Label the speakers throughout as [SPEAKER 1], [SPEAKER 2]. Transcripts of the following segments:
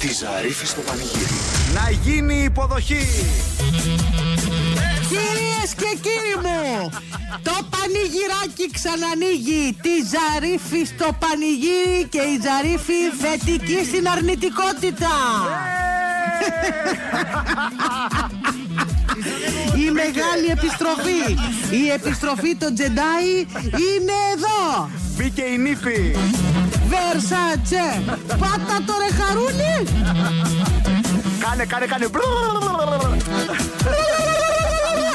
[SPEAKER 1] Τη Ζαρίφη στο πανηγύρι.
[SPEAKER 2] Να γίνει υποδοχή.
[SPEAKER 3] Κυρίες και κύριοι μου, το πανηγυράκι ξανανοίγει τη Ζαρίφη στο πανηγύρι και η Ζαρίφη θετική στην αρνητικότητα. Η μεγάλη επιστροφή, η επιστροφή των Τζεντάι είναι εδώ.
[SPEAKER 2] Μπήκε η νύφη.
[SPEAKER 3] Βερσάτσε, πάτα το ρε χαρούνι.
[SPEAKER 2] Κάνε, κάνε, κάνε.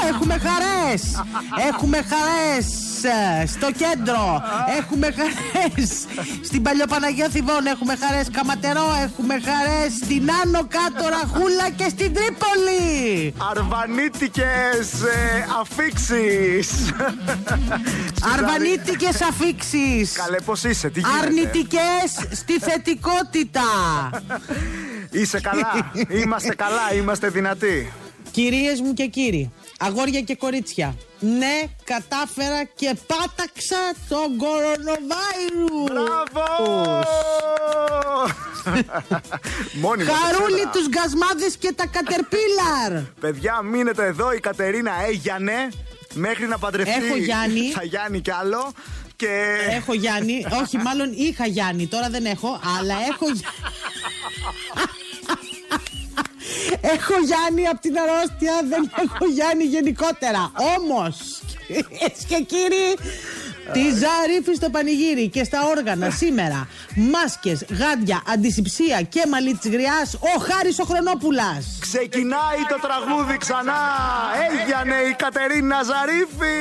[SPEAKER 3] Έχουμε χαρές! Έχουμε χαρές ε, στο κέντρο! Έχουμε χαρές στην Παλιοπαναγία Θηβών! Έχουμε χαρές Καματερό! Έχουμε χαρές στην Άνω Κάτω Ραχούλα και στην Τρίπολη!
[SPEAKER 2] Αρβανίτικες ε, αφήξεις.
[SPEAKER 3] Αρβανίτικες αφήξεις!
[SPEAKER 2] Καλέ, πώς είσαι, τι γίνεται.
[SPEAKER 3] Αρνητικές στη θετικότητα!
[SPEAKER 2] Είσαι καλά. Είμαστε καλά, είμαστε δυνατοί.
[SPEAKER 3] Κυρίες μου και κύριοι, αγόρια και κορίτσια, ναι, κατάφερα και πάταξα τον
[SPEAKER 2] Μπράβο!
[SPEAKER 3] κορονοβάιρου!
[SPEAKER 2] Μόνοι μας
[SPEAKER 3] Χαρούλι
[SPEAKER 2] εσένα.
[SPEAKER 3] τους γκασμάδες και τα κατερπίλαρ!
[SPEAKER 2] Παιδιά, μείνετε εδώ. Η Κατερίνα έγιανε μέχρι να παντρευτεί.
[SPEAKER 3] Έχω Γιάννη. Ε,
[SPEAKER 2] Θα Γιάννη κι άλλο. Και
[SPEAKER 3] Έχω Γιάννη. Όχι, μάλλον είχα Γιάννη. Τώρα δεν έχω, αλλά έχω. Γιά- έχω Γιάννη από την αρρώστια, δεν έχω Γιάννη γενικότερα. Όμως, κυρίες και κύριοι, τη ζαρίφη στο πανηγύρι και στα όργανα σήμερα. Μάσκες, γάντια, αντισηψία και μαλλί της γριάς, ο Χάρης ο Χρονόπουλας.
[SPEAKER 2] ξεκινάει το τραγούδι ξανά. Έγιανε η Κατερίνα Ζαρίφη.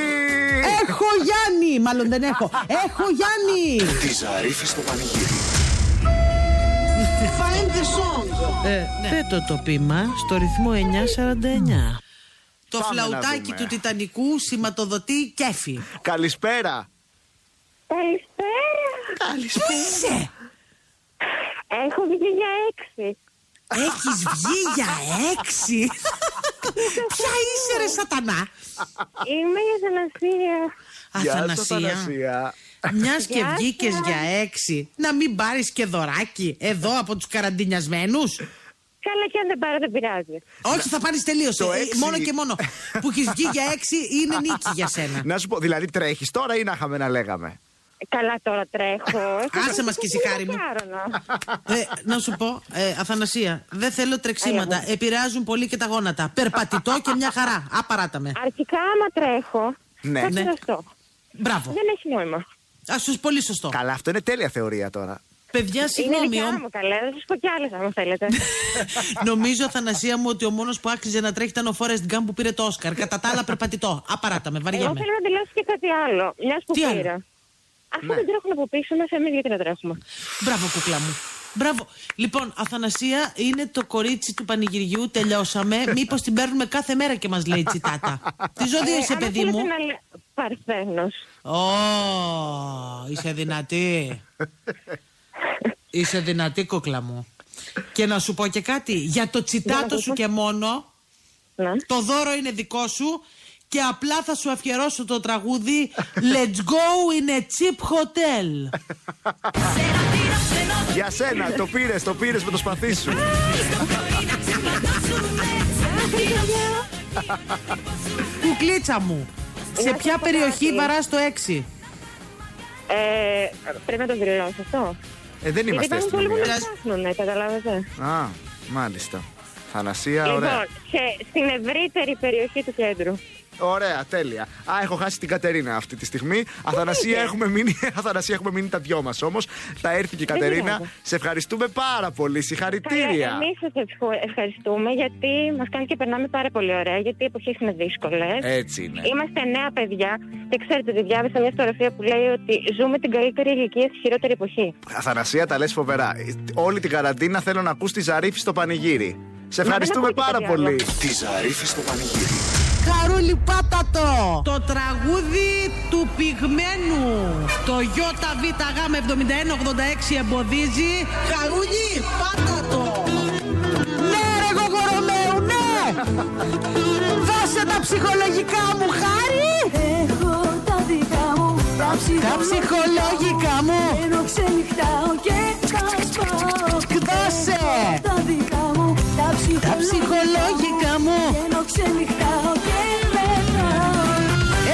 [SPEAKER 2] Ε!
[SPEAKER 3] Έχω Γιάννη, μάλλον δεν έχω. Έχω Γιάννη.
[SPEAKER 1] Τη Ζαρίφη στο πανηγύρι.
[SPEAKER 3] Find the song.
[SPEAKER 4] Ε,
[SPEAKER 3] Ναι.
[SPEAKER 4] Πέτω το πείμα στο ρυθμό 949.
[SPEAKER 3] Το
[SPEAKER 2] Πάμε να
[SPEAKER 3] φλαουτάκι
[SPEAKER 2] δούμε.
[SPEAKER 3] του Τιτανικού σηματοδοτεί κέφι.
[SPEAKER 2] Καλησπέρα.
[SPEAKER 5] Καλησπέρα.
[SPEAKER 3] Πού είσαι,
[SPEAKER 5] Έχω βγει για έξι.
[SPEAKER 3] Έχεις βγει για έξι. Ποια είσαι ρε σατανά.
[SPEAKER 5] Είμαι η Αθανασία.
[SPEAKER 2] Γεια σας,
[SPEAKER 3] Αθανασία.
[SPEAKER 2] Αθανασία.
[SPEAKER 3] Μιας και
[SPEAKER 5] Γεια
[SPEAKER 3] βγήκες
[SPEAKER 5] σας.
[SPEAKER 3] για έξι, να μην πάρεις και δωράκι εδώ από τους καραντινιασμένους.
[SPEAKER 5] Καλά και αν δεν πάρω δεν πειράζει.
[SPEAKER 3] Όχι, θα πάρεις τελείως.
[SPEAKER 2] Το
[SPEAKER 3] Ε,
[SPEAKER 2] έξι.
[SPEAKER 3] Μόνο και μόνο που έχεις βγει για έξι είναι νίκη για σένα.
[SPEAKER 2] Να σου πω, δηλαδή τρέχεις τώρα ή να είχαμε να λέγαμε.
[SPEAKER 5] Καλά τώρα τρέχω.
[SPEAKER 3] Άσε μας και εσύ, χάρη μου.
[SPEAKER 5] Μακάρονα.
[SPEAKER 3] Ε, να σου πω, ε, Αθανασία, δεν θέλω τρεξίματα. Επηρεάζουν πολύ και τα γόνατα. Περπατητό και μια χαρά. Απαράτα με.
[SPEAKER 5] Αρχικά άμα τρέχω,
[SPEAKER 2] Ναι.
[SPEAKER 5] θα
[SPEAKER 3] Ναι.
[SPEAKER 5] ξεχαστώ.
[SPEAKER 3] Μπράβο.
[SPEAKER 5] Δεν έχει νόημα.
[SPEAKER 3] Ας σου πολύ σωστό.
[SPEAKER 2] Καλά, αυτό είναι τέλεια θεωρία τώρα.
[SPEAKER 3] Παιδιά,
[SPEAKER 5] Είναι
[SPEAKER 3] συγγνώμη.
[SPEAKER 5] δικιά
[SPEAKER 3] ο- Ναι,
[SPEAKER 5] μου καλά. Θα σας πω κι άλλες άμα θέλετε.
[SPEAKER 3] Νομίζω, Αθανασία μου, ότι ο μόνος που άξιζε να τρέχει ήταν ο Φόρεστ Γκάμ που πήρε το Όσκαρ. Κατά τα άλλα, περπατητό. Απαράτα με,
[SPEAKER 5] Εγώ
[SPEAKER 3] βαριέμαι.
[SPEAKER 5] θέλω να δηλώσω και κάτι άλλο. Μιας που
[SPEAKER 3] Τι άλλο? Ναι.
[SPEAKER 5] πήρα. Αφού δεν τρέχουν από πίσω μας, εμείς γιατί να τρέχουμε.
[SPEAKER 3] Μπράβο, κούκλα μου. Μπράβο. Λοιπόν, Αθανασία είναι το κορίτσι του πανηγυριού. Τελειώσαμε. Μήπως την παίρνουμε κάθε μέρα και μας λέει τσιτάτα. Τι ζώδιο είσαι,
[SPEAKER 5] άμα
[SPEAKER 3] παιδί
[SPEAKER 5] Ε, θέλετε
[SPEAKER 3] μου.
[SPEAKER 5] να λέ- Παρθένος.
[SPEAKER 3] Ω, είσαι δυνατή. είσαι δυνατή, κούκλα μου. Και να σου πω και κάτι. Για το τσιτάτο σου και μόνο,
[SPEAKER 5] Ναι.
[SPEAKER 3] το δώρο είναι δικό σου και απλά θα σου αφιερώσω το τραγούδι Let's go in a cheap hotel.
[SPEAKER 2] Για σένα, το πήρες, το πήρες με το σπαθί σου. Ε,
[SPEAKER 3] Κουκλίτσα μου, σε
[SPEAKER 5] Να
[SPEAKER 3] ποια
[SPEAKER 5] σας πω
[SPEAKER 3] περιοχή
[SPEAKER 5] κάτι.
[SPEAKER 3] βαράς το 6.
[SPEAKER 5] Ε, πρέπει να το δηλώσω αυτό.
[SPEAKER 2] Ε, δεν
[SPEAKER 5] Γιατί
[SPEAKER 2] είμαστε
[SPEAKER 5] υπάρχουν πολλοί που με
[SPEAKER 2] αστυνομία.
[SPEAKER 3] αστυνομία.
[SPEAKER 5] ψάχνουν, ε, καταλάβατε.
[SPEAKER 2] Α, μάλιστα. Θανασία,
[SPEAKER 5] Λοιπόν,
[SPEAKER 2] ωραία.
[SPEAKER 5] σε, στην ευρύτερη περιοχή του κέντρου.
[SPEAKER 2] Ωραία, τέλεια. Α, έχω χάσει την Κατερίνα αυτή τη στιγμή. Αθανασία έχουμε, μείνει, Αθανασία, έχουμε μείνει τα δυο μας όμως. Θα έρθει και η Κατερίνα.
[SPEAKER 5] πειράζει.
[SPEAKER 2] Σε ευχαριστούμε πάρα πολύ. Συγχαρητήρια.
[SPEAKER 5] Εμείς σας ευχαριστούμε γιατί μας κάνει και περνάμε πάρα πολύ ωραία. Γιατί οι εποχές είναι δύσκολες.
[SPEAKER 2] Έτσι είναι.
[SPEAKER 5] Είμαστε νέα παιδιά και ξέρετε ότι διάβασα μια ιστορία που λέει ότι ζούμε την καλύτερη ηλικία στη χειρότερη εποχή.
[SPEAKER 2] Αθανασία, τα λες φοβερά. Ε, Όλη την καραντίνα θέλω να ακούς τη ζαρίφη στο πανηγύρι. Σε ευχαριστούμε
[SPEAKER 5] ακούω
[SPEAKER 2] πάρα
[SPEAKER 5] τίποτα άλλο.
[SPEAKER 2] πολύ.
[SPEAKER 1] Τη Ζαρίφη στο πανηγύρι.
[SPEAKER 3] Χαρούλη Πάτατο Το τραγούδι του πυγμένου Το ΙΒΓ7186 εμποδίζει Χαρούλη Πάτατο Ναι ρε Γογορομέου ναι Δώσε τα ψυχολογικά μου χάρη
[SPEAKER 6] Έχω τα δικά μου, τα
[SPEAKER 3] Τα ψυχολογικά μου
[SPEAKER 6] Ενώ ξενυχτάω και τα πάω
[SPEAKER 3] Δώσε
[SPEAKER 6] Τα ξενυχτάω και μετράω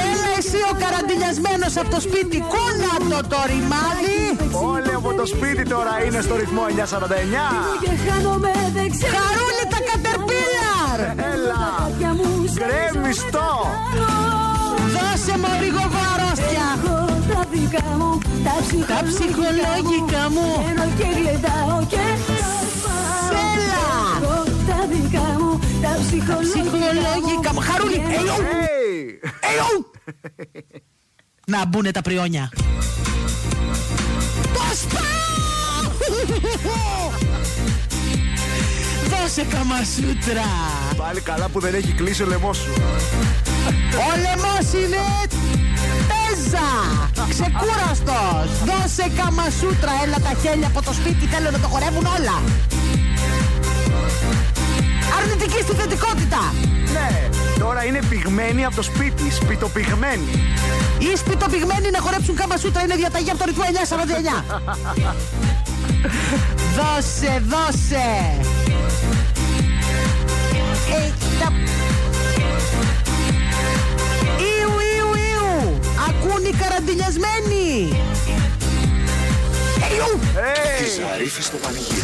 [SPEAKER 7] Έλα εσύ ο καραντιλιασμένος από το σπίτι, κόνα το το ρημάδι.
[SPEAKER 2] Όλοι από το σπίτι τώρα είναι στο ρυθμό 949.
[SPEAKER 6] Και χάνομαι δεν ξέρω
[SPEAKER 7] Χαρούλη τα κατερπίλαρ.
[SPEAKER 2] Έλα.
[SPEAKER 6] Καρδιά μου σε
[SPEAKER 2] Γκρέμιστο.
[SPEAKER 6] κάνω.
[SPEAKER 7] Δώσε μου λίγο εγώ αρρώστια.
[SPEAKER 6] Έχω τα δικά μου, τα
[SPEAKER 7] Τα ψυχολόγικα μου.
[SPEAKER 6] Βγαίνω και γλεντάω και τρομάω.
[SPEAKER 7] Έλα.
[SPEAKER 6] Έχω τα δικά μου, τα ψυχολόγικα
[SPEAKER 7] Ψυχολόγικα μου. Χαρούλη,
[SPEAKER 6] Βγαίνω
[SPEAKER 7] ελιό,
[SPEAKER 2] Hey.
[SPEAKER 7] ελιό. Να μπουνε τα πριόνια. Το σπάω. Δώσε καμασούτρα.
[SPEAKER 2] Πάλι καλά που δεν έχει κλείσει ο λαιμός σου.
[SPEAKER 7] Ο λαιμός είναι τέζα. Ξεκούραστος. Δώσε καμασούτρα. Έλα τα χέλια από το σπίτι. Θέλω να το χορεύουν όλα. Αρνητική στη θετικότητα.
[SPEAKER 2] Ναι, τώρα είναι πυγμένη από το σπίτι, σπιτοπυγμένη.
[SPEAKER 7] Οι σπιτοπηγμένοι να χορέψουν κάμα σούτρα είναι διαταγή από το ρυθμό 949. δώσε, δώσε. Ε, τα... Ιου, ιου, ιου. Ακούν οι καραντινιασμένοι. Ε, ιου.
[SPEAKER 2] Hey.
[SPEAKER 8] Τη Ζαρίφη στο πανηγύρι.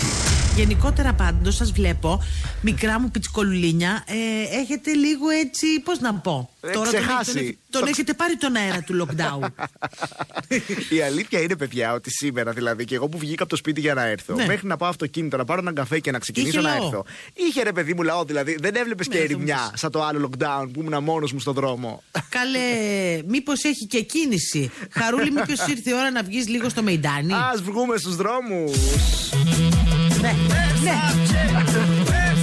[SPEAKER 3] Γενικότερα πάντως σας βλέπω, μικρά μου πιτσικολουλίνια, ε, έχετε λίγο έτσι, πώς να πω.
[SPEAKER 2] Ε,
[SPEAKER 3] τον έχετε-
[SPEAKER 2] ξεχάσει.
[SPEAKER 3] Τον, έχετε- τον
[SPEAKER 2] Το ξε-
[SPEAKER 3] έχετε πάρει τον αέρα του lockdown.
[SPEAKER 2] Η αλήθεια είναι, παιδιά, ότι σήμερα δηλαδή και εγώ που βγήκα από το σπίτι για να έρθω,
[SPEAKER 3] Ναι.
[SPEAKER 2] μέχρι να πάω αυτοκίνητο, να πάρω έναν καφέ και να ξεκινήσω
[SPEAKER 3] Είχε
[SPEAKER 2] να
[SPEAKER 3] λαό.
[SPEAKER 2] έρθω. Είχε ρε παιδί μου λαό, δηλαδή δεν έβλεπες
[SPEAKER 3] Ναι,
[SPEAKER 2] και
[SPEAKER 3] αυτό μου
[SPEAKER 2] ερημιά
[SPEAKER 3] πες.
[SPEAKER 2] σαν το άλλο lockdown που ήμουν μόνος μου στον δρόμο.
[SPEAKER 3] Καλέ, μήπως έχει και κίνηση. Χαρούλη, μήπως ήρθε η ώρα να βγεις λίγο στο μεϊντάνι.
[SPEAKER 2] Ας βγούμε στους δρόμους.
[SPEAKER 3] ναι, ναι.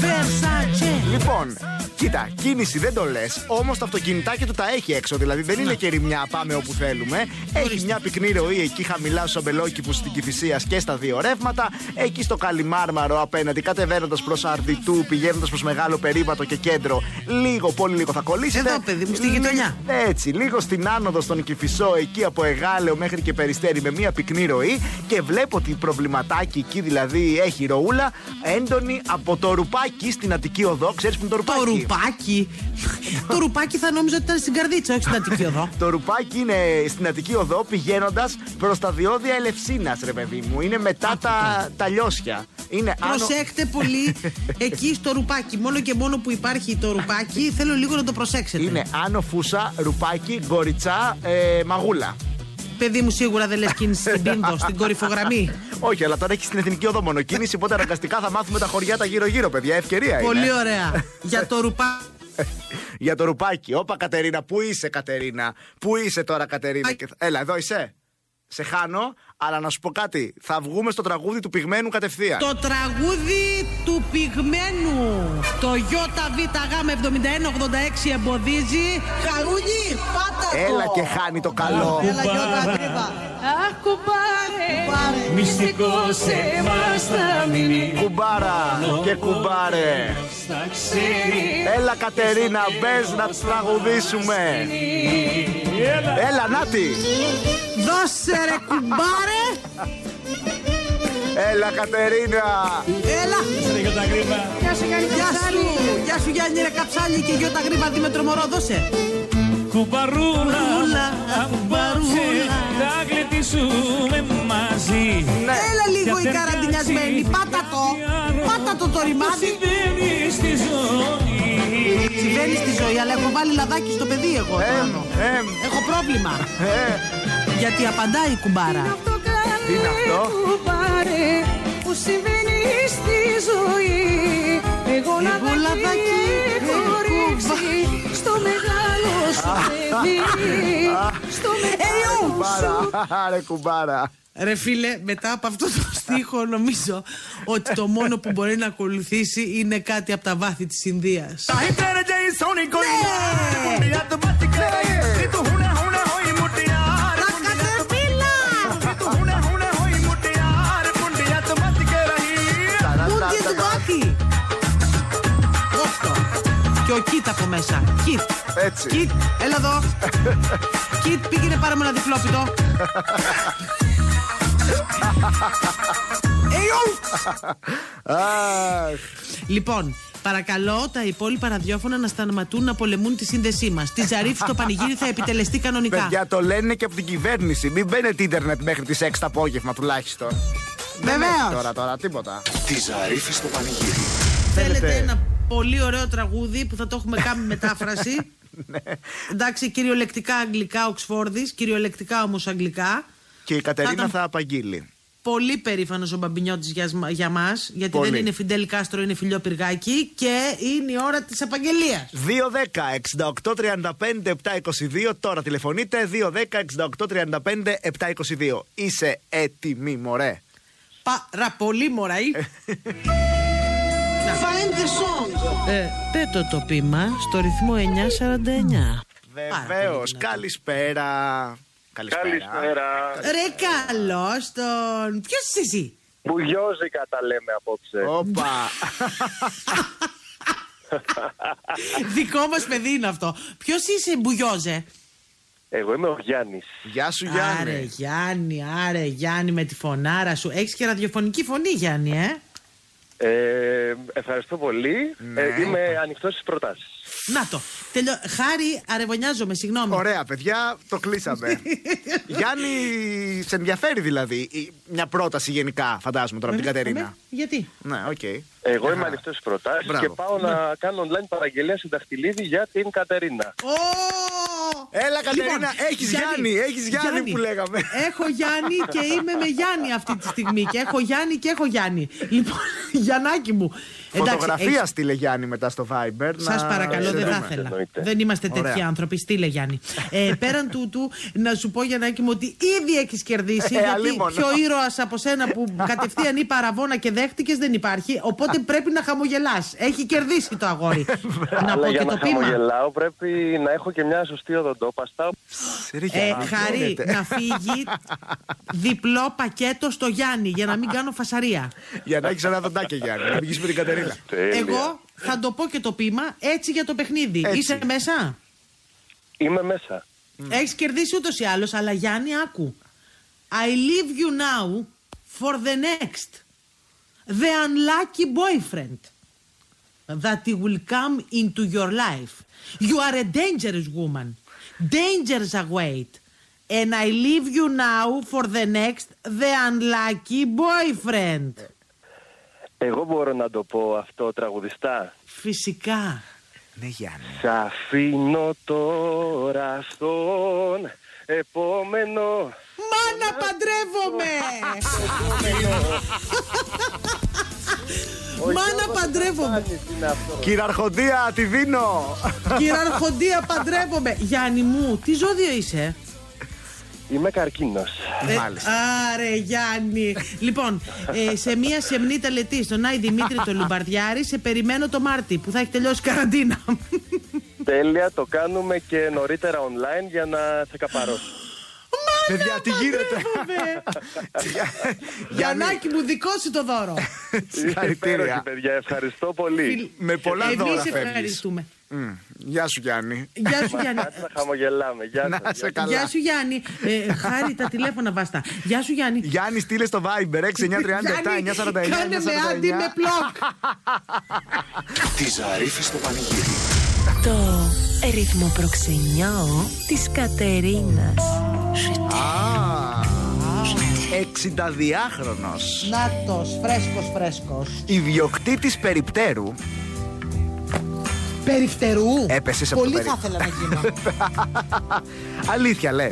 [SPEAKER 3] Versace.
[SPEAKER 2] Λοιπόν, κοίτα, κίνηση δεν το λες. Όμως τα αυτοκινητάκια του τα έχει έξω. Δηλαδή δεν
[SPEAKER 3] Ναι.
[SPEAKER 2] είναι και ρημιά, πάμε όπου θέλουμε. Έχει μια πυκνή ροή εκεί χαμηλά στου αμπελόκηπου στην Κυφυσίας και στα δύο ρεύματα. Εκεί στο Καλιμάρμαρο απέναντι, κατεβαίνοντας προς Αρδιτού, πηγαίνοντας προς μεγάλο περίπατο και κέντρο. Λίγο, πολύ λίγο θα κολλήσετε.
[SPEAKER 3] Εδώ, παιδί μου, στη γειτονιά.
[SPEAKER 2] Έτσι, λίγο στην άνοδο στον Κηφισό, εκεί από Εγάλεο μέχρι και Περιστέρη, με μια πυκνή ροή. Και βλέπω ότι προβληματάκι εκεί δηλαδή έχει ροούλα έντονη από το ρουπάκι στην Αττική Οδό. Ξέρεις που είναι το ρουπάκι.
[SPEAKER 3] Το ρουπάκι. το ρουπάκι θα νόμιζα ότι ήταν στην καρδίτσα, όχι στην Αττική Οδό.
[SPEAKER 2] Το ρουπάκι είναι στην Αττική Οδό πηγαίνοντας προς τα διόδια Ελευσίνας, ρε παιδί μου. Είναι μετά τα, τα λιώσια. Είναι άνω-
[SPEAKER 3] Προσέχτε πολύ εκεί στο ρουπάκι. Μόνο και μόνο που υπάρχει το ρουπάκι, θέλω λίγο να το προσέξετε.
[SPEAKER 2] Είναι άνω φούσα, ρουπάκι, γκοριτσά, ε, μαγούλα.
[SPEAKER 3] Παιδί μου, σίγουρα δεν λες κίνηση στην πίντο, στην κορυφογραμμή.
[SPEAKER 2] Όχι, αλλά τώρα έχεις στην εθνική οδό μονοκίνηση, οπότε αναγκαστικά θα μάθουμε τα χωριά τα γύρω-γύρω, παιδιά. Ευκαιρία
[SPEAKER 3] Πολύ
[SPEAKER 2] είναι.
[SPEAKER 3] ωραία. Για το ρουπάκι.
[SPEAKER 2] Για το ρουπάκι. Όπα, Κατερίνα, πού είσαι, Κατερίνα. Πού είσαι τώρα, Κατερίνα.
[SPEAKER 3] Α-
[SPEAKER 2] Και... θα- Έλα, εδώ είσαι. Σε χάνω, αλλά να σου πω κάτι. Θα βγούμε στο τραγούδι του πυγμένου κατευθείαν.
[SPEAKER 3] Το τραγούδι του πυγμένου. Το ΙΒΓ7186 εμποδίζει. Χαρούνι, πάτα το.
[SPEAKER 2] Έλα και χάνει το καλό.
[SPEAKER 3] Έλα, Γιώτα Αντρίβα.
[SPEAKER 9] Μυστικό σε μας θα μείνει
[SPEAKER 2] Κουμπάρα και κουμπάρε.
[SPEAKER 9] να ξέρει
[SPEAKER 2] Έλα, Κατερίνα, μπες να τραγουδήσουμε. Έλα, Νάτι.
[SPEAKER 3] Δώσε ρε κουμπάρε.
[SPEAKER 2] Έλα, Κατερίνα.
[SPEAKER 3] Έλα.
[SPEAKER 9] Λίγο τα γρήγορα
[SPEAKER 3] Γεια σου Γιάννη Γεια σου, γεια σου Γιάννη ρε Καψάλη και Γιώτα Γρήβα Δήμετρο Μωρό, δώσε.
[SPEAKER 9] Κουμπαρούλα
[SPEAKER 3] Ρούλα,
[SPEAKER 9] Αμπάψε
[SPEAKER 3] κουμπαρούλα.
[SPEAKER 9] Θα γλεντήσουμε μαζί
[SPEAKER 3] Έλα λίγο
[SPEAKER 9] Για
[SPEAKER 3] οι
[SPEAKER 9] δεν
[SPEAKER 3] καραντινιασμένοι,
[SPEAKER 9] μοιάζει
[SPEAKER 3] πάτα το,
[SPEAKER 9] κάτι άλλο.
[SPEAKER 3] πάτα το το
[SPEAKER 9] Που
[SPEAKER 3] ρημάδι.
[SPEAKER 9] συμβαίνει στη ζωή
[SPEAKER 3] Συμβαίνει στη ζωή, αλλά έχω βάλει λαδάκι στο παιδί εγώ το
[SPEAKER 2] Εμ,
[SPEAKER 3] άνω.
[SPEAKER 2] εμ,
[SPEAKER 3] Έχω πρόβλημα,
[SPEAKER 2] ε.
[SPEAKER 3] γιατί απαντάει η κουμπάρα.
[SPEAKER 6] αυτό
[SPEAKER 2] Τι είναι αυτό?
[SPEAKER 6] κλαί που πάρε, που συμβαίνει στη ζωή Εγώ
[SPEAKER 3] Εγώ λαδάκι
[SPEAKER 6] λαδάκι έχω
[SPEAKER 7] ναι,
[SPEAKER 3] έχω
[SPEAKER 6] ρίξει στο μεγάλο σου παιδί Στο μεγάλο σου
[SPEAKER 2] Κουμπάρα, ρε κουμπάρα.
[SPEAKER 3] Ρε φίλε, μετά από αυτό το στίχο νομίζω ότι το μόνο που μπορεί να ακολουθήσει είναι κάτι από τα βάθη της Ινδίας. Πούντι του μάτι. Αυτό. Και ο Κίτ από μέσα. Κίτ.
[SPEAKER 2] Έτσι.
[SPEAKER 3] Κίτ, έλα εδώ. Κίτ, πήγαινε πάρε μου ένα διπλόπιτο. Εϊού.
[SPEAKER 2] Αχ,
[SPEAKER 3] Λοιπόν, Παρακαλώ τα υπόλοιπα ραδιόφωνα να σταματούν να πολεμούν τη σύνδεσή μας. Τη Ζαρίφη στο πανηγύρι θα επιτελεστεί κανονικά.
[SPEAKER 2] Παιδιά, το λένε και από την κυβέρνηση. Μην μπαίνετε ίντερνετ μέχρι τις 6 το απόγευμα τουλάχιστον. Δεν
[SPEAKER 7] Βεβαίως.
[SPEAKER 2] έχει Τώρα, τώρα, τίποτα.
[SPEAKER 8] Τη Ζαρίφη στο πανηγύρι.
[SPEAKER 3] Θέλετε
[SPEAKER 2] θέλετε.
[SPEAKER 3] ένα πολύ ωραίο τραγούδι που θα το έχουμε κάνει μετάφραση. Εντάξει, κυριολεκτικά αγγλικά Οξφόρδης, κυριολεκτικά όμως αγγλικά.
[SPEAKER 2] Και η Κατερίνα
[SPEAKER 3] ήταν-
[SPEAKER 2] θα απαγγείλει.
[SPEAKER 3] Πολύ περήφανος ο Μπαμπινιώτης για, σμα- για μας, γιατί
[SPEAKER 2] Πολύ.
[SPEAKER 3] δεν είναι Φιντέλ Κάστρο, είναι φιλιό πυργάκι και είναι η ώρα της απαγγελίας.
[SPEAKER 2] 2-10-68-35-722. Τώρα τηλεφωνείτε. 2-10-68-35-722. Είσαι έτοιμη, μωρέ.
[SPEAKER 3] Πάρα πολύ μωραϊ.
[SPEAKER 6] Find the song.
[SPEAKER 3] ε, τέτο το πείμα στο ρυθμό 949. Πάρα
[SPEAKER 2] Βεβαίω.
[SPEAKER 3] πολύ δυνατό.
[SPEAKER 2] Καλησπέρα. Καλησπέρα.
[SPEAKER 10] Καλησπέρα.
[SPEAKER 3] Ρε καλό τον. Ποιος είσαι εσύ,
[SPEAKER 10] Μπουγιόζικα τα λέμε απόψε.
[SPEAKER 2] Όπα.
[SPEAKER 3] Δικό μας παιδί είναι αυτό. Ποιος είσαι, Μπουγιόζε.
[SPEAKER 10] Εγώ είμαι ο Γιάννης.
[SPEAKER 2] Γεια σου,
[SPEAKER 3] Άρε
[SPEAKER 2] Γιάννη.
[SPEAKER 3] Γιάννη, άρε Γιάννη με τη φωνάρα σου. Έχεις και ραδιοφωνική φωνή, Γιάννη, ε.
[SPEAKER 10] Ε, ευχαριστώ πολύ.
[SPEAKER 2] Ναι.
[SPEAKER 10] Ε, είμαι ανοιχτός στις προτάσεις.
[SPEAKER 3] Να το. Τελειώ... Χάρη, αρεβωνιάζομαι, συγγνώμη.
[SPEAKER 2] Ωραία, παιδιά, το κλείσαμε. Γιάννη, σε ενδιαφέρει δηλαδή η- μια πρόταση γενικά, φαντάζομαι τώρα από την
[SPEAKER 3] Ε,
[SPEAKER 2] Κατερίνα.
[SPEAKER 3] ε, Γιατί.
[SPEAKER 2] Ναι, οκ.
[SPEAKER 10] Εγώ είμαι ανοιχτός στις προτάσεις
[SPEAKER 2] Μπράβο.
[SPEAKER 10] και πάω
[SPEAKER 3] Ναι.
[SPEAKER 10] να κάνω online παραγγελία σε δαχτυλίδι για την Κατερίνα.
[SPEAKER 3] Ω! Λοιπόν,
[SPEAKER 2] Έλα, Κατερίνα, έχεις Γιάννη, έχεις Γιάννη που λέγαμε.
[SPEAKER 3] Έχω Γιάννη και είμαι με Γιάννη αυτή τη στιγμή. Και έχω Γιάννη και έχω Γιάννη. Λοιπόν, Γιαννάκη μου.
[SPEAKER 2] Φωτογραφία στείλε Γιάννη μετά στο Viber.
[SPEAKER 3] Σας παρακαλώ, δεν θα
[SPEAKER 10] εννοείται,
[SPEAKER 3] ήθελα.
[SPEAKER 10] εννοείται.
[SPEAKER 3] Δεν είμαστε τέτοιοι
[SPEAKER 2] Ωραία.
[SPEAKER 3] άνθρωποι. Στείλε, Γιάννη. Ε, πέραν τούτου, να σου πω, Γιαννάκη μου, ότι ήδη έχεις κερδίσει.
[SPEAKER 2] Ε,
[SPEAKER 3] γιατί
[SPEAKER 2] αλίμονο.
[SPEAKER 3] πιο ήρωας από σένα που κατευθείαν ή παραβόνα και δέχτηκες δεν υπάρχει. Οπότε πρέπει να χαμογελάς. Έχει κερδίσει το αγόρι. να
[SPEAKER 10] Αλλά
[SPEAKER 3] πω
[SPEAKER 10] για
[SPEAKER 3] και
[SPEAKER 10] να
[SPEAKER 3] το πείμα.
[SPEAKER 10] χαμογελάω πρέπει να έχω και μια σωστή οδοντόπαστα.
[SPEAKER 3] Ε,
[SPEAKER 2] Ναι,
[SPEAKER 3] χαρή να φύγει διπλό πακέτο στο Γιάννη για να μην κάνω φασαρία.
[SPEAKER 2] ναι. Για να έχει ένα δοντάκι, Γιάννη. Να πηγείς με την Κατερίνα.
[SPEAKER 10] Τέλεια.
[SPEAKER 3] Εγώ θα το πω και το πείμα έτσι για το παιχνίδι.
[SPEAKER 2] Έτσι.
[SPEAKER 3] Είσαι μέσα.
[SPEAKER 10] Είμαι μέσα.
[SPEAKER 3] Έχεις κερδίσει ούτως ή άλλως, αλλά Γιάννη, άκου. I leave you now for the next. The unlucky boyfriend that will come into your life. You are a dangerous woman. Dangers await. And I leave you now for the next the unlucky boyfriend.
[SPEAKER 10] Εγώ μπορώ να το πω αυτό τραγουδιστά.
[SPEAKER 3] Φυσικά.
[SPEAKER 2] Ναι, Γιάννη.
[SPEAKER 10] Σ' αφήνω τώρα στον επόμενο
[SPEAKER 3] Μάνα παντρεύομαι! Μάνα παντρεύομαι!
[SPEAKER 2] Κυραρχοντία, τη δίνω.
[SPEAKER 3] Κυραρχοντία παντρεύομαι. Γιάννη μου, τι ζώδιο είσαι.
[SPEAKER 10] Είμαι καρκίνος.
[SPEAKER 3] ε?
[SPEAKER 2] Μάλιστα.
[SPEAKER 3] Άρε Γιάννη. λοιπόν, ε, σε μία σεμνή τελετή στον Άι Δημήτρη το Λουμπαρδιάρη, σε περιμένω το Μάρτι που θα έχει τελειώσει η καραντίνα.
[SPEAKER 10] Τέλεια, το κάνουμε και νωρίτερα online για να σε καπαρώσω.
[SPEAKER 2] Παιδιά, τι γίνεται.
[SPEAKER 3] Βέβαια.
[SPEAKER 2] Γιάννη,
[SPEAKER 3] Γιαννάκη μου, δικό σου το δώρο.
[SPEAKER 10] Υπέροχη,
[SPEAKER 2] συγχαρητήρια.
[SPEAKER 10] παιδιά, ευχαριστώ πολύ.
[SPEAKER 2] Ε, Με πολλά δώρα
[SPEAKER 3] Εμείς
[SPEAKER 2] φεύγεις.
[SPEAKER 3] ευχαριστούμε.
[SPEAKER 2] Μμ. Γεια σου, Γιάννη.
[SPEAKER 3] Γεια σου Γιάννη.
[SPEAKER 10] Κάτσε να χαμογελάμε. Γεια
[SPEAKER 2] Να
[SPEAKER 10] σας.
[SPEAKER 2] σε
[SPEAKER 10] Γεια.
[SPEAKER 2] καλά.
[SPEAKER 3] Γεια σου Γιάννη. Ε, χάρη τα τηλέφωνα βάστα. Γεια σου Γιάννη.
[SPEAKER 2] Γιάννη, στείλε στο Viber 6937
[SPEAKER 3] Γιάννη,
[SPEAKER 2] 949
[SPEAKER 3] Κάνε με άντι με
[SPEAKER 2] 949.
[SPEAKER 3] πλοκ.
[SPEAKER 8] Τη Ζαρίφη στο πανηγύρι.
[SPEAKER 11] Το ρυθμό προξενιό της Κατερίνας.
[SPEAKER 2] 62χρονος
[SPEAKER 7] Νάτος, φρέσκος, φρέσκος.
[SPEAKER 2] ιδιοκτήτης περιπτέρου
[SPEAKER 7] Περιφτερού.
[SPEAKER 2] Έπεσες από το
[SPEAKER 7] Πολύ θα
[SPEAKER 2] περίπτερο.
[SPEAKER 7] ήθελα να γίνω.
[SPEAKER 2] Αλήθεια λες.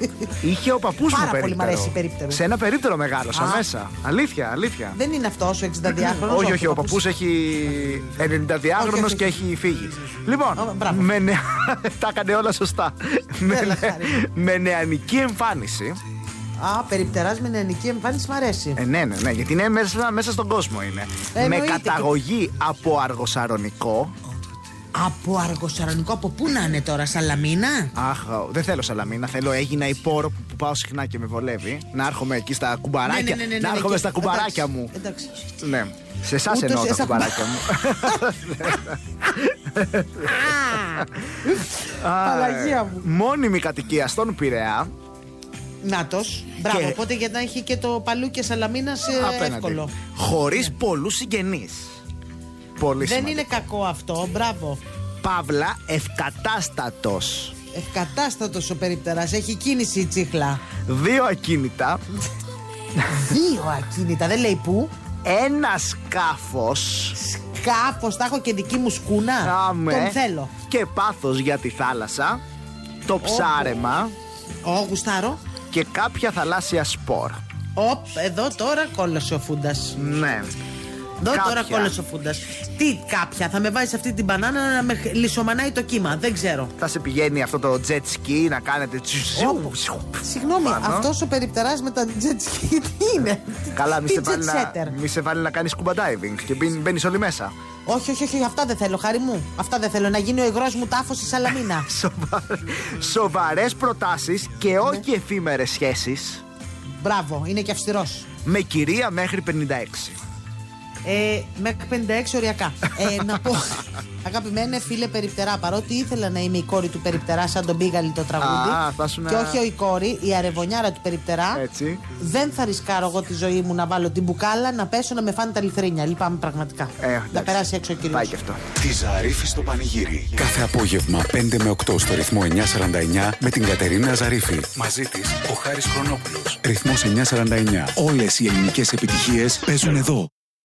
[SPEAKER 2] Είχε ο παππούς μου
[SPEAKER 7] Πάρα πολύ
[SPEAKER 2] περίπτερο.
[SPEAKER 7] μ' αρέσει η περίπτερο.
[SPEAKER 2] Σε ένα περίπτερο μεγάλωσα
[SPEAKER 7] Α.
[SPEAKER 2] μέσα. Αλήθεια, αλήθεια.
[SPEAKER 7] Δεν είναι αυτό ο 62χρονο.
[SPEAKER 2] όχι, όχι, ο παππούς έχει 92χρονο
[SPEAKER 7] Όχι, όχι.
[SPEAKER 2] και έχει φύγει. Λοιπόν,
[SPEAKER 7] Α, μπράβο.
[SPEAKER 2] με νε- τα έκανε όλα σωστά. με,
[SPEAKER 7] Έλα,
[SPEAKER 2] νε-
[SPEAKER 7] χάρη.
[SPEAKER 2] με νεανική εμφάνιση.
[SPEAKER 7] Α, περιπτεράς με νεανική εμφάνιση μ' αρέσει.
[SPEAKER 2] Ε, ναι, ναι, ναι, γιατί είναι μέσα, μέσα στον κόσμο είναι. με
[SPEAKER 7] Ε, Εννοείται.
[SPEAKER 2] καταγωγή από αργοσαρονικό.
[SPEAKER 7] Από αργοσαρονικό, από πού να είναι τώρα, Σαλαμίνα.
[SPEAKER 2] Αχ, δεν θέλω σαλαμίνα. Θέλω έγινα υπόρο που, που πάω συχνά και με βολεύει. Να έρχομαι εκεί στα κουμπαράκια.
[SPEAKER 7] Ναι, ναι, ναι, ναι, ναι,
[SPEAKER 2] να έρχομαι
[SPEAKER 7] εκεί.
[SPEAKER 2] στα κουμπαράκια
[SPEAKER 7] Εντάξει,
[SPEAKER 2] μου.
[SPEAKER 7] Εντάξει.
[SPEAKER 2] Ναι. Σε εσάς
[SPEAKER 7] Ούτως
[SPEAKER 2] εννοώ τα
[SPEAKER 7] εσά-
[SPEAKER 2] κουμπαράκια μου. Α, ε,
[SPEAKER 7] Παλαγία μου.
[SPEAKER 2] Μόνιμη κατοικία στον Πειραιά.
[SPEAKER 7] Νάτος. Μπράβο,
[SPEAKER 2] Και-
[SPEAKER 7] οπότε για να έχει και το παλού και Σαλαμίνα ε,
[SPEAKER 2] απέναντι.
[SPEAKER 7] εύκολο.
[SPEAKER 2] Χωρίς πολλούς συγγενείς. Πολύ
[SPEAKER 3] Δεν
[SPEAKER 2] σημαντικό.
[SPEAKER 3] είναι κακό αυτό. Μπράβο.
[SPEAKER 2] Παύλα, ευκατάστατος.
[SPEAKER 3] Ευκατάστατος ο περίπτερα. Έχει κίνηση η τσίχλα.
[SPEAKER 2] Δύο ακίνητα,
[SPEAKER 3] Δύο ακίνητα. Δεν λέει πού.
[SPEAKER 2] ένα σκάφος.
[SPEAKER 3] Σκάφος. Θα έχω και δική μου σκούνα. Τον θέλω.
[SPEAKER 2] Και πάθος για τη θάλασσα. Το ψάρεμα
[SPEAKER 3] Ο Γουστάρο.
[SPEAKER 2] και κάποια θαλάσσια σπορ.
[SPEAKER 3] Οπ, εδώ τώρα κόλλασε ο φούντας.
[SPEAKER 2] Ναι.
[SPEAKER 3] Εδώ τώρα
[SPEAKER 2] Κάποια.
[SPEAKER 3] κόλλασε ο φούντας. Τι κάποια. Θα με βάζεις αυτή την μπανάνα να με χ- λισομανάει το κύμα. Δεν ξέρω.
[SPEAKER 2] Θα σε πηγαίνει αυτό το jet ski να κάνετε.
[SPEAKER 3] Όπου. Συγγνώμη,
[SPEAKER 2] Πάνω.
[SPEAKER 3] αυτός ο περιπτεράς με τα jet ski τι είναι.
[SPEAKER 2] Καλά, μη
[SPEAKER 3] Τι
[SPEAKER 2] σε, βάλει
[SPEAKER 3] jet
[SPEAKER 2] να,
[SPEAKER 3] setter.
[SPEAKER 2] μη σε βάλει να κάνεις scuba diving και μπαίνει όλοι μέσα.
[SPEAKER 3] Όχι, όχι, όχι, αυτά δεν θέλω, χάρη μου. Αυτά δεν θέλω. Να γίνει ο υγρός μου τάφος στη Σαλαμίνα.
[SPEAKER 2] Σοβαρές προτάσεις και
[SPEAKER 3] Ναι.
[SPEAKER 2] όχι εφήμερες σχέσεις
[SPEAKER 3] Μπράβο, είναι και αυστηρός.
[SPEAKER 2] με κυρία μέχρι 56.
[SPEAKER 3] Ε, με 56 οριακά. Ε, να πω. Αγαπημένε φίλε Περιπτερά, παρότι ήθελα να είμαι η κόρη του Περιπτερά, σαν τον πήγαλι το τραγούδι.
[SPEAKER 2] Α, θα σου να-
[SPEAKER 3] Και όχι η κόρη, η αρεβωνιάρα του Περιπτερά.
[SPEAKER 2] Έτσι.
[SPEAKER 3] Δεν θα ρισκάρω εγώ τη ζωή μου να βάλω την μπουκάλα, να πέσω να με φάνε τα λιθρίνια. Λυπάμαι πραγματικά.
[SPEAKER 2] Ε,
[SPEAKER 3] να
[SPEAKER 2] εντάξει.
[SPEAKER 3] περάσει έξω ο κύριος.
[SPEAKER 2] Πάει και αυτό.
[SPEAKER 8] Τη Ζαρίφη στο πανηγύρι.
[SPEAKER 1] Κάθε απόγευμα 5 με 8 στο ρυθμό 949 με την Κατερίνα Ζαρίφη. Μαζί της ο Χάρης Χρονόπουλος. Ρυθμός 949. Όλες οι ελληνικές επιτυχίες παίζουν εδώ.